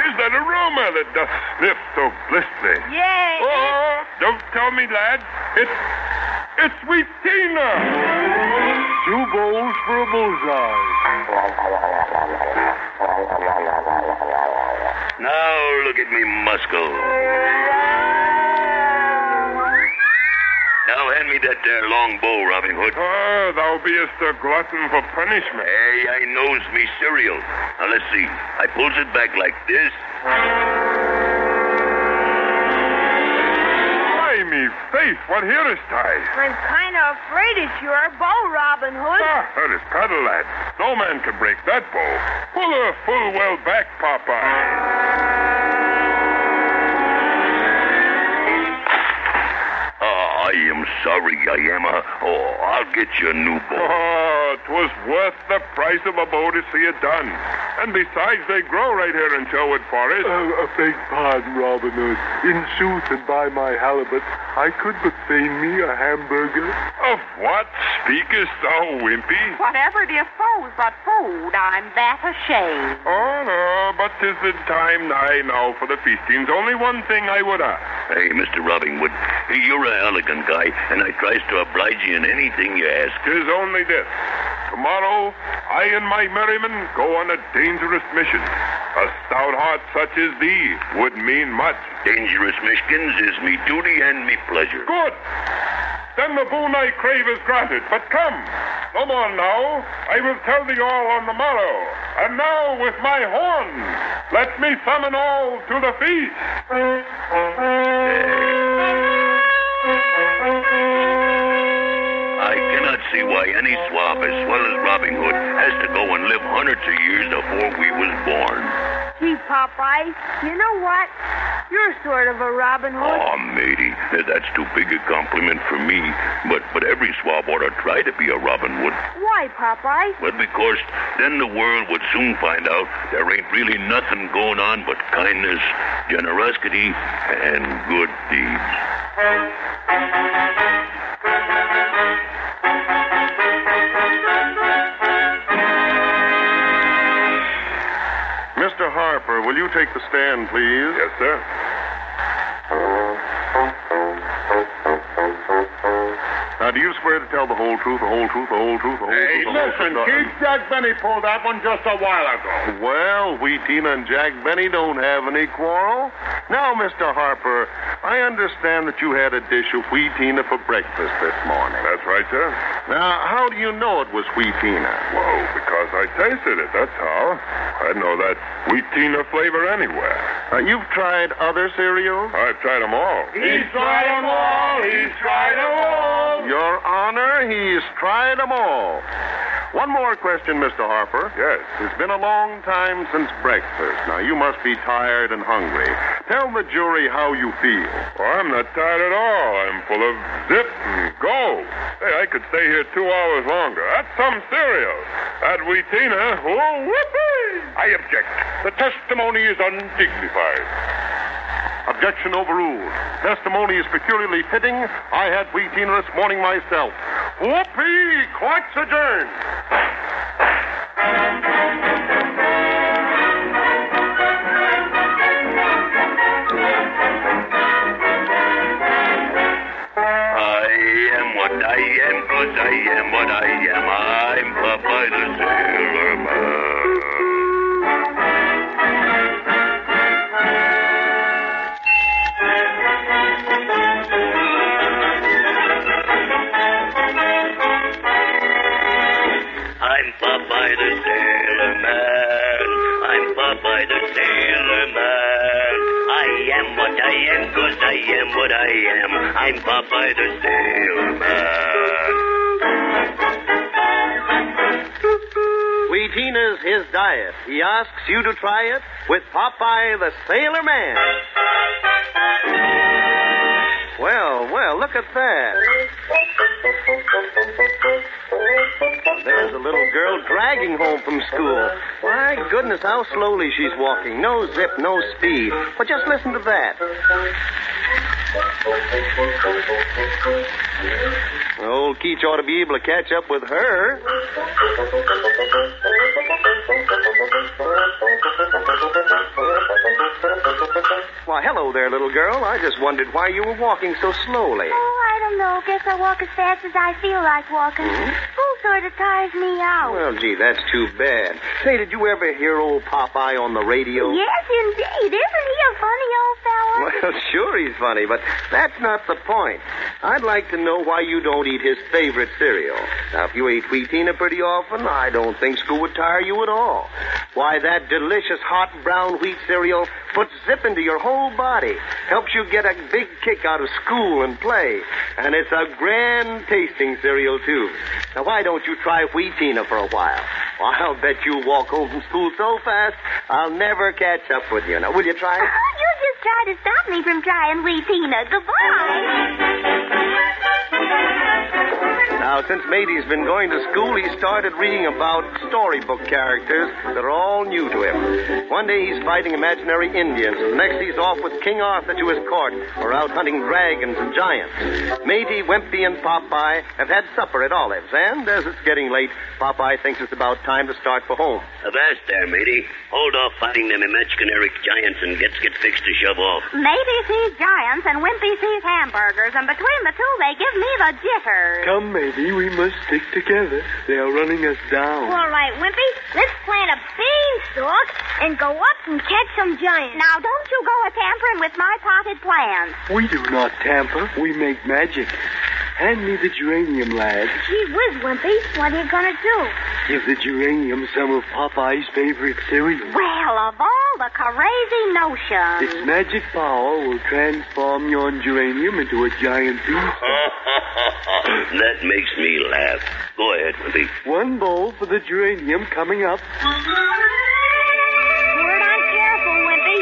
Tis that aroma that doth sniff so blissfully. Yay! Oh, don't tell me, lad. It's it's sweet Tina. Two bowls for a bullseye. Now look at me muscle. Now hand me that there long bow, Robin Hood. Ah, thou beest a glutton for punishment. Hey, I knows me cereal. Now let's see. I pulls it back like this. By me faith, what hearest I? I'm kind of afraid it's your bow, Robin Hood. Ah, that is paddle, lad. No man can break that bow. Pull her full well back, Popeye. Ah, I am sorry, I am. Uh, oh, I'll get you a new bow. Oh, 'twas worth the price of a bow to see it done. And besides, they grow right here in Sherwood Forest. Uh, uh, beg pardon, Robin Hood. In sooth and by my halibut, I could but feign me a hamburger. Of what speakest thou, Wimpy? Whatever do you suppose but food? I'm that ashamed. Oh, no, but 'tis the time nigh now for the feastings. Only one thing I would ask. Hey, Mr. Robin Hood, you're a elegant guy, and I tries to oblige you in anything you ask. 'Tis only this. Tomorrow, I and my merrymen go on a dangerous mission. A stout heart such as thee would mean much. Dangerous Michigan's is me duty and me pleasure. Good. Then the boon I crave is granted. But come, no more now. I will tell thee all on the morrow. And now, with my horn, let me summon all to the feast. I cannot see why any swab as well as Robin Hood has to go and live hundreds of years before we was born. Gee, Popeye, you know what? You're sort of a Robin Hood. Aw, matey, that's too big a compliment for me. But but every swab ought to try to be a Robin Hood. Why, Popeye? Well, because then the world would soon find out there ain't really nothing going on but kindness, generosity, and good deeds. Mr. Harper, will you take the stand, please? Yes, sir. Now, do you swear to tell the whole truth, the whole truth, the whole truth, the whole Hey, truth? the whole listen, truth, Chief Jack Benny pulled that one just a while ago. Well, we, Tina and Jack Benny, don't have any quarrel. Now, Mr. Harper, I understand that you had a dish of Wheatina for breakfast this morning. That's right, sir. Now, how do you know it was Wheatina? Well, because I tasted it, that's how. I know that wheat Tina flavor anywhere. Uh, you've tried other cereals? I've tried them all. He's tried 'em all. He's tried 'em all. Your Honor, he's tried 'em all. One more question, Mr. Harper. Yes. It's been a long time since breakfast. Now, you must be tired and hungry. Tell the jury how you feel. Well, Oh, I'm not tired at all. I'm full of zip and go. Hey, I could stay here two hours longer. That's some cereal. That Wheatina. Oh, whoopee! I object. The testimony is undignified. Objection overruled. Testimony is peculiarly fitting. I had Wheatina this morning myself. Whoopee! Court's adjourned. I am what I am, 'cause I am what I am. I'm Popeye the Sailor Man. I'm Popeye the Sailor Man. I'm Popeye the Sailor Man. I am what I am, 'cause I am what I am. I'm Popeye the Sailor Man. Wheatina's his diet. He asks you to try it with Popeye the Sailor Man. Well, well, look at that. There's a little girl dragging home from school. My goodness, how slowly she's walking. No zip, no speed. But just listen to that. Old Keach ought to be able to catch up with her. Why, hello there, little girl. I just wondered why you were walking so slowly. Oh, I don't know. Guess I walk as fast as I feel like walking. School sort of tires me out. Well, gee, that's too bad. Say, did you ever hear old Popeye on the radio? Yes, indeed. Isn't he a funny old fellow? Well, sure he's funny, but that's not the point. I'd like to know why you don't eat his favorite cereal. Now, if you ate Wheatina pretty often, I don't think school would tire you at all. Why, that delicious hot brown wheat cereal puts zip into your whole body, helps you get a big kick out of school and play, and it's a grand tasting cereal, too. Now, why don't you try Wheatina for a while? Well, I'll bet you walk home from school so fast, I'll never catch up with you. Now, will you try it? You just tried to stop me from trying Wheatina. Goodbye. Now, since Matey's been going to school, he started reading about storybook characters that are all new to him. One day he's fighting imaginary Indians. The next he's off with King Arthur to his court or out hunting dragons and giants. Matey, Wimpy, and Popeye have had supper at Olive's, and as it's getting late, Popeye thinks it's about time to start for home. Avast there, matey. Hold off fighting them imaginary giants and let's get fixed to shove off. Maybe sees giants and Wimpy sees hamburgers, and between the two, they give me the jitters. Come, matey, we must stick together. They are running us down. All right, Wimpy, let's plant a beanstalk and go up and catch some giants. Now, don't you go a tampering with my potted plans. We do not tamper. We make magic. Hand me the geranium, lad. Gee whiz, Wimpy, what are you gonna do? Give the geranium some of Popeye's favorite cereal. Well, of all the crazy notions. Its magic power will transform your geranium into a giant beanstalk. Uh-huh. that makes me laugh. Go ahead, Wimpy. One bowl for the geranium coming up. Uh-huh. Word on careful, Wimpy.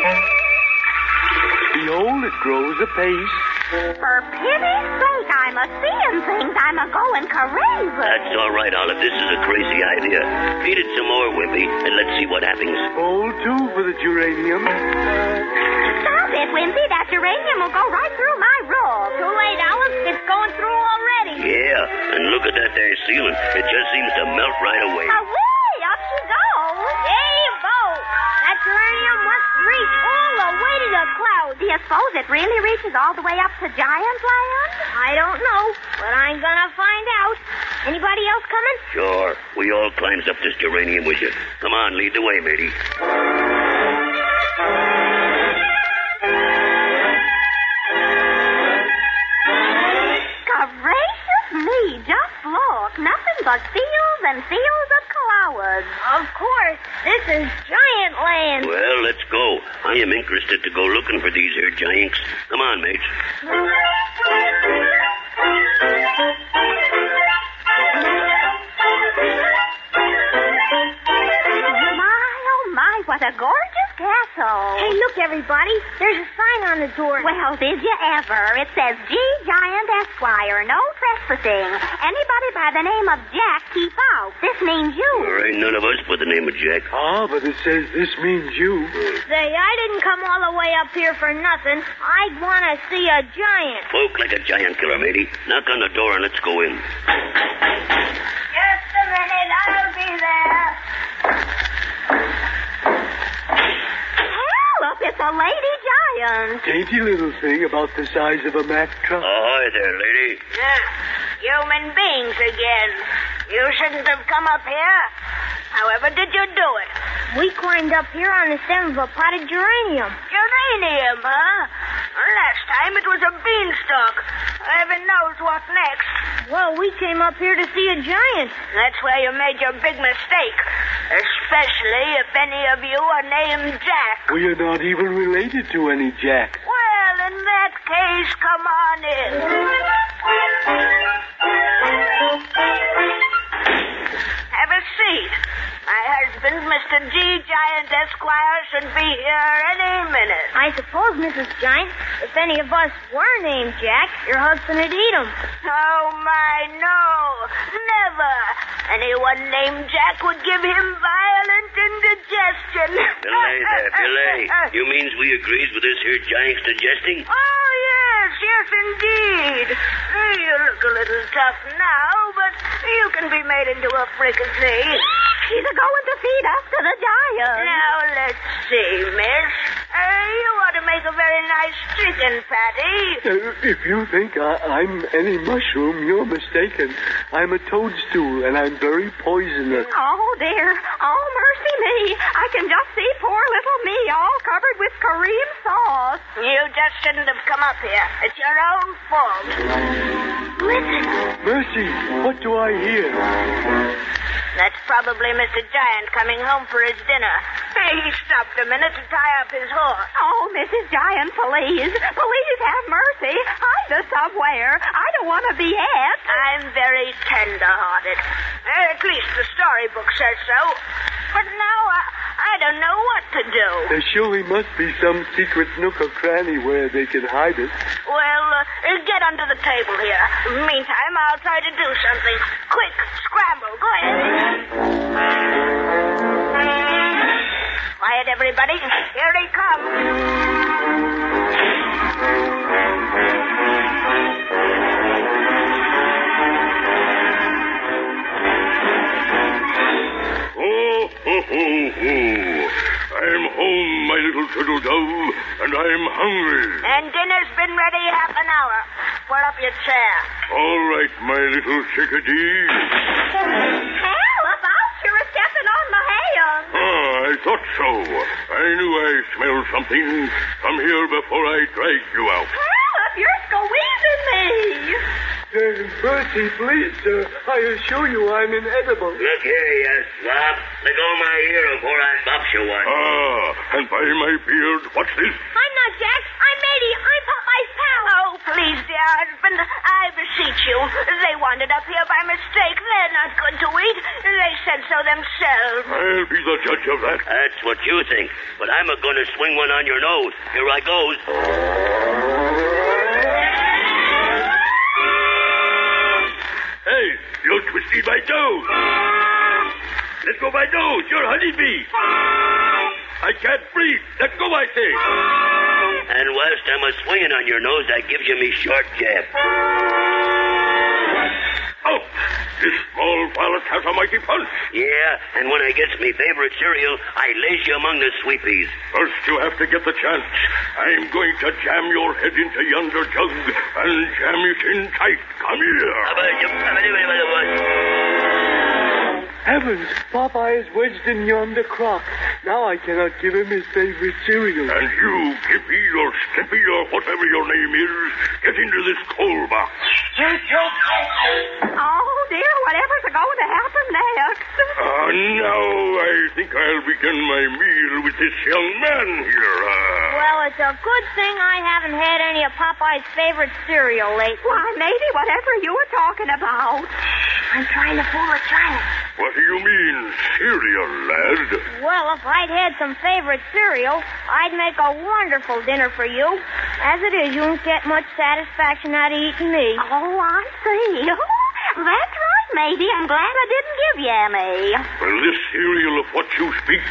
Behold, it grows apace. For pity's sake, I'm a seeing things. I'm a going crazy. That's all right, Olive. This is a crazy idea. Feed it some more, Wimpy, and let's see what happens. Bowl two for the geranium. Stop it, Wimpy. That geranium will go right through my roof. Too late, Alice. It's going through already. Yeah, and look at that there ceiling. It just seems to melt right away. Away! Up she goes. Yay, boat! That geranium must reach all the way to the clouds. You suppose it really reaches all the way up to Giant Land? I don't know, but I'm gonna find out. Anybody else coming? Sure. We all climbs up this geranium wizard. Come on, lead the way, matey. Gracious me, just look. Nothing but fields and fields of flowers. Of course, this is Giant Land. Well, let's go. I am interested to go looking for these here giants. Come on, mates. My, oh my, what a gorgeous castle. Hey, look, everybody. There's a sign on the door. Well, did you ever? It says G Giant Esquire, no trespassing. Anybody by the name of Jack, keep out. This means you. There ain't none of us with the name of Jack. Ah, but it says this means you. Say, I didn't come all the way up here for nothing. I want to see a giant. Folk like a giant killer, matey. Knock on the door and let's go in. Just a minute, I'll be there. Help! It's a lady giant. Dainty little thing about the size of a Mack truck. hi there, lady. Yeah, human beings again. You shouldn't have come up here. However, did you do it? We climbed up here on the stem of a potted geranium. Geranium, huh? Last time it was a beanstalk. Heaven knows what next. Well, we came up here to see a giant. That's where you made your big mistake. Especially if any of you are named Jack. We are not even related to any Jack. Well, in that case, come on in. Have a seat. My husband, Mr. G. Giant Esquire, should be here any minute. I suppose, Mrs. Giant, if any of us were named Jack, your husband would eat 'em. Oh, my, no. Never. Anyone named Jack would give him violent indigestion. Belay there, belay. You means we agrees with this here giant's digesting? Oh, yes, yes, indeed. Uh, You look a little tough now, but you can be made into a fricassee. She's a going to feed us to the giant. Now, let's see, miss. Uh, you ought to make a very nice chicken patty. Uh, if you think I, I'm any mushroom, you're mistaken. I'm a toadstool, and I'm very poisonous. Oh, dear. Oh, mercy me. I can just see poor little me all covered with Kareem sauce. You just shouldn't have come up here. It's your own fault. Mercy, what do I hear? That's probably Mr. Giant coming home for his dinner. Hey, he stopped a minute to tie up his horse. Oh, Mrs. Giant, please. Please have mercy. Hide us somewhere. I don't want to be hit. I'm very tender-hearted. Uh, At least the storybook says so. But now I, I don't know what to do. There surely must be some secret nook or cranny where they can hide it. Well, uh, get under the table here. Meantime, I'll try to do something. Quick, scramble. Go ahead. Quiet, everybody. Here he comes. Ho, ho, ho, ho. I'm home, my little turtle dove, and I'm hungry. And dinner's been ready half an hour. Pull up your chair. All right, my little chickadee. Help! Out! You're stepping on my hand. Ah, I thought so. I knew I smelled something. Come here before I drag you out. Help! You're squeezing me. Uh, mercy, please, sir. I assure you I'm inedible. Look here, you slob. Let go my ear before I bops you one. Ah, and by my beard, what's this? I'm not Jack. I'm Matey. I'm Popeye's pal. Oh, please, dear husband, I beseech you. They wandered up here by mistake. They're not good to eat. They said so themselves. I'll be the judge of that. That's what you think. But I'm a gonna swing one on your nose. Here I goes. Hey, you're twisting my nose. Let go my nose. You're a honeybee. I can't breathe. Let go, I say. And whilst I'm a swinging Oh, on your nose, I gives you me short jab. Out. This small wallet has a mighty punch. Yeah, and when I gets me favorite cereal, I lays you among the sweepies. First, you have to get the chance. I'm going to jam your head into yonder jug and jam it in tight. Come Ah, here. Heavens, Popeye is wedged in yonder crock. Now I cannot give him his favorite cereal. And you, Gippy or Snippy or whatever your name is, get into this coal box. Oh, dear, whatever's going to happen next. Ah, now I think I'll begin my meal with this young man here. Uh, Well, it's a good thing I haven't had any of Popeye's favorite cereal lately. Why, maybe whatever you were talking about. I'm trying to fool a child. what do you mean, cereal, lad? Well, if I'd had some favorite cereal, I'd make a wonderful dinner for you. As it is, you don't get much satisfaction out of eating me. Oh, I see. That's right, maybe. I'm glad I didn't give you any. Will this cereal of what you speak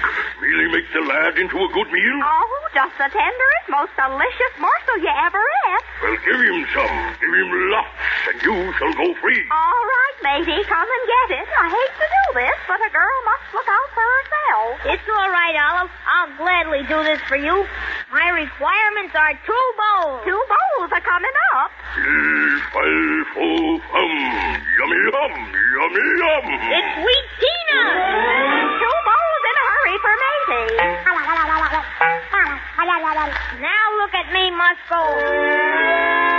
really make the lad into a good meal? Oh, just the tenderest, most delicious morsel you ever ate. Well, give him some. Give him lots, and you shall Oh, go free. All right, matey, come and get it. I hate to do this, but a girl must look out for herself. It's all right, Olive. I'll gladly do this for you. My requirements are two bowls. Two bowls are coming up. Well, fo, hum, yummy, hum, yummy, yum. It's Wheat Tina! Two bowls in a hurry for matey. Now look at me, Muscle.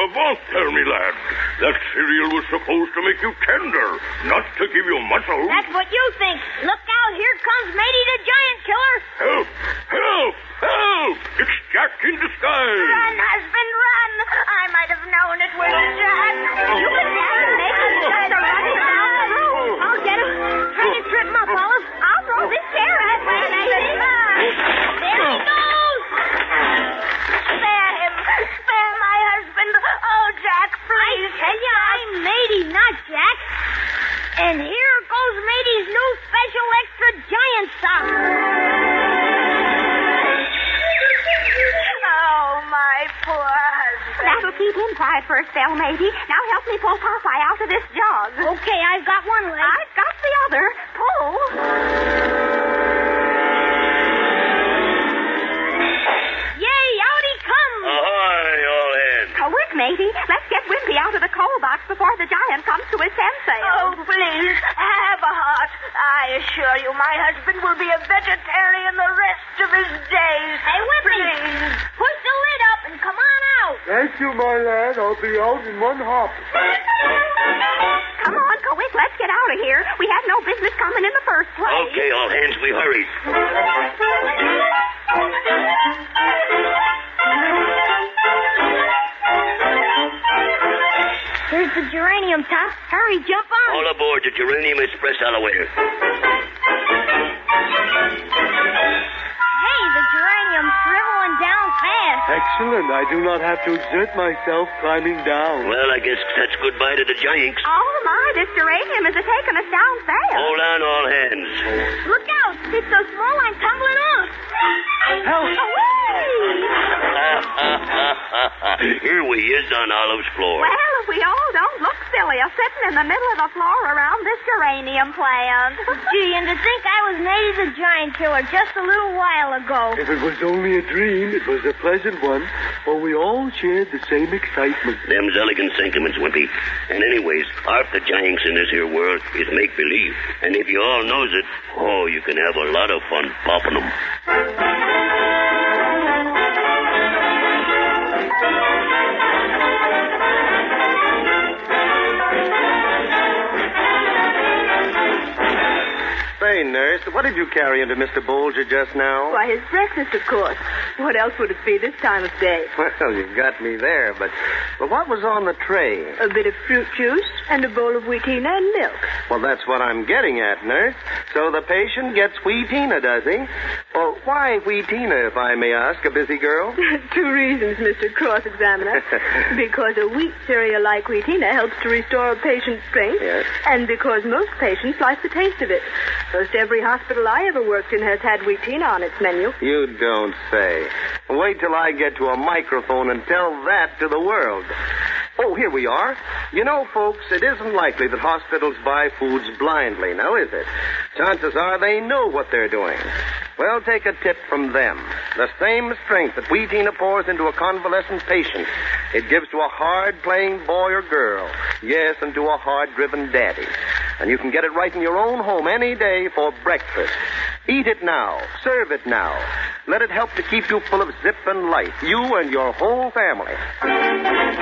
Avaunt there, Uh, me lad. That cereal was supposed to make you tender, not to give you muscle. That's what you think. Look out, here comes Matey the Giant Killer. Help! Help! Help! It's Jack in disguise. Run, husband, run. I might have known it was Jack. You can have him, matey. He's trying to run him down the road. I'll get him. Try to trip him up, Olive. I'll throw this chair at him, matey. There he goes. Spare him. Spare my husband. Oh, Jack, please. Tell you, I'm Matey, not Jack. And here goes Matey's new special extra giant sock. Oh, my poor husband. That'll keep him quiet for a spell, maybe. Now help me pull Popeye out of this jug. Okay, I've got one leg. I've got the other. Pull. Yay, out he comes. Ahoy, all hands. Quick, matey. Let's get Wimpy out of the coal box before the giant comes to his senses. Oh, please, have a heart. I assure you, my husband will be a vegetarian the rest of his days. Hey, Whippy. Please. Push the lid up and come on out. Thank you, my lad. I'll be out in one hop. Come on, Quick. Let's get out of here. We had no business coming in the first place. Okay, all hands, we hurry. Here's the geranium top. Hurry, jump on. All aboard the Geranium Express elevator. Hey, the geranium's shriveling down fast. Excellent. I do not have to exert myself climbing down. Well, I guess that's goodbye to the Giants. Oh, my. This geranium is taking us down fast. Hold on, all hands. Look out. It's so small I'm tumbling off. Help. Ah. Here we is on Olive's floor. Well, if we all don't look silly, a sitting in the middle of the floor around this geranium plant. Gee, and to think I was Matey the Giant Killer just a little while ago. If it was only a dream, it was a pleasant one, for we all shared the same excitement. Them's elegant sentiments, Wimpy. And anyways, half the Giants in this here world is make-believe. And if you all knows it, oh, you can have a lot of fun popping them. Say, nurse, what did you carry into Mr. Bolger just now? Why, his breakfast, of course. What else would it be this time of day? Well, you got me there, but, but what was on the tray? A bit of fruit juice and a bowl of wheatina and milk. Well, that's what I'm getting at, nurse. So the patient gets Wheatina, does he? Well, why Wheatina, if I may ask, a busy girl? Two reasons, Mr. Cross Examiner. because a wheat cereal like wheatina helps to restore a patient's strength. Yes. And because most patients like the taste of it. Most every hospital I ever worked in has had wheatina on its menu. You don't say. Wait till I get to a microphone and tell that to the world. Oh, here we are. You know, folks, it isn't likely that hospitals buy foods blindly, now is it? Chances are they know what they're doing. Well, take a tip from them. The same strength that Wheatina pours into a convalescent patient, it gives to a hard-playing boy or girl. Yes, and to a hard-driven daddy. And you can get it right in your own home any day for breakfast. Eat it now. Serve it now. Let it help to keep you full of zip and life, you and your whole family.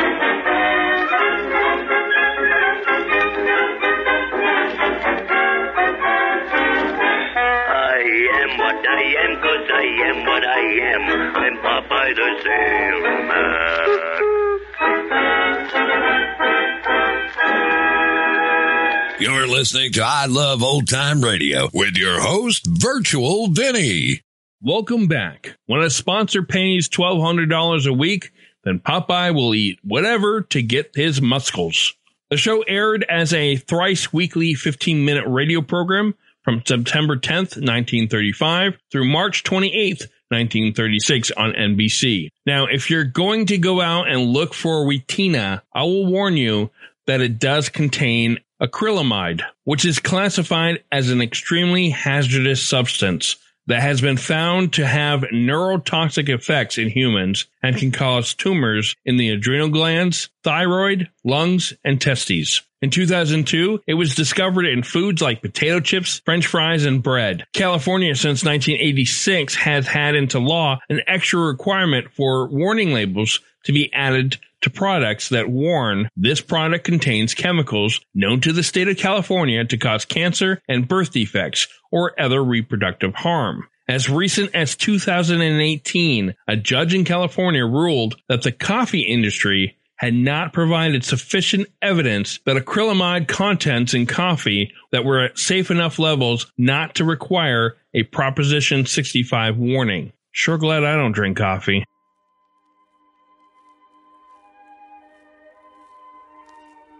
I am what I am, cause I am what I am. I'm Popeye the Sailor Man. You're listening to I Love Old Time Radio with your host, Virtual Vinny. Welcome back. When a sponsor pays $1,200 a week, then Popeye will eat whatever to get his muscles. The show aired as a thrice weekly 15 minute radio program from September 10th, 1935 through March 28th, 1936 on NBC. Now, if you're going to go out and look for Wheatina, I will warn you that it does contain acrylamide, which is classified as an extremely hazardous substance that has been found to have neurotoxic effects in humans and can cause tumors in the adrenal glands, thyroid, lungs, and testes. In 2002, it was discovered in foods like potato chips, french fries, and bread. California since 1986 has had into law an extra requirement for warning labels to be added to products that warn this product contains chemicals known to the state of California to cause cancer and birth defects or other reproductive harm. As recent as 2018, a judge in California ruled that the coffee industry had not provided sufficient evidence that acrylamide contents in coffee that were at safe enough levels not to require a Proposition 65 warning. Sure glad I don't drink coffee.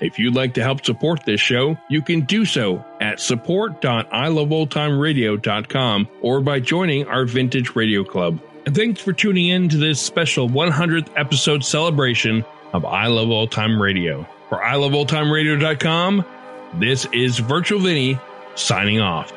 If you'd like to help support this show, you can do so at support.iloveoldtimeradio.com or by joining our Vintage Radio Club. And thanks for tuning in to this special 100th episode celebration of I Love Old Time Radio. For iloveoldtimeradio.com, this is Virtual Vinny signing off.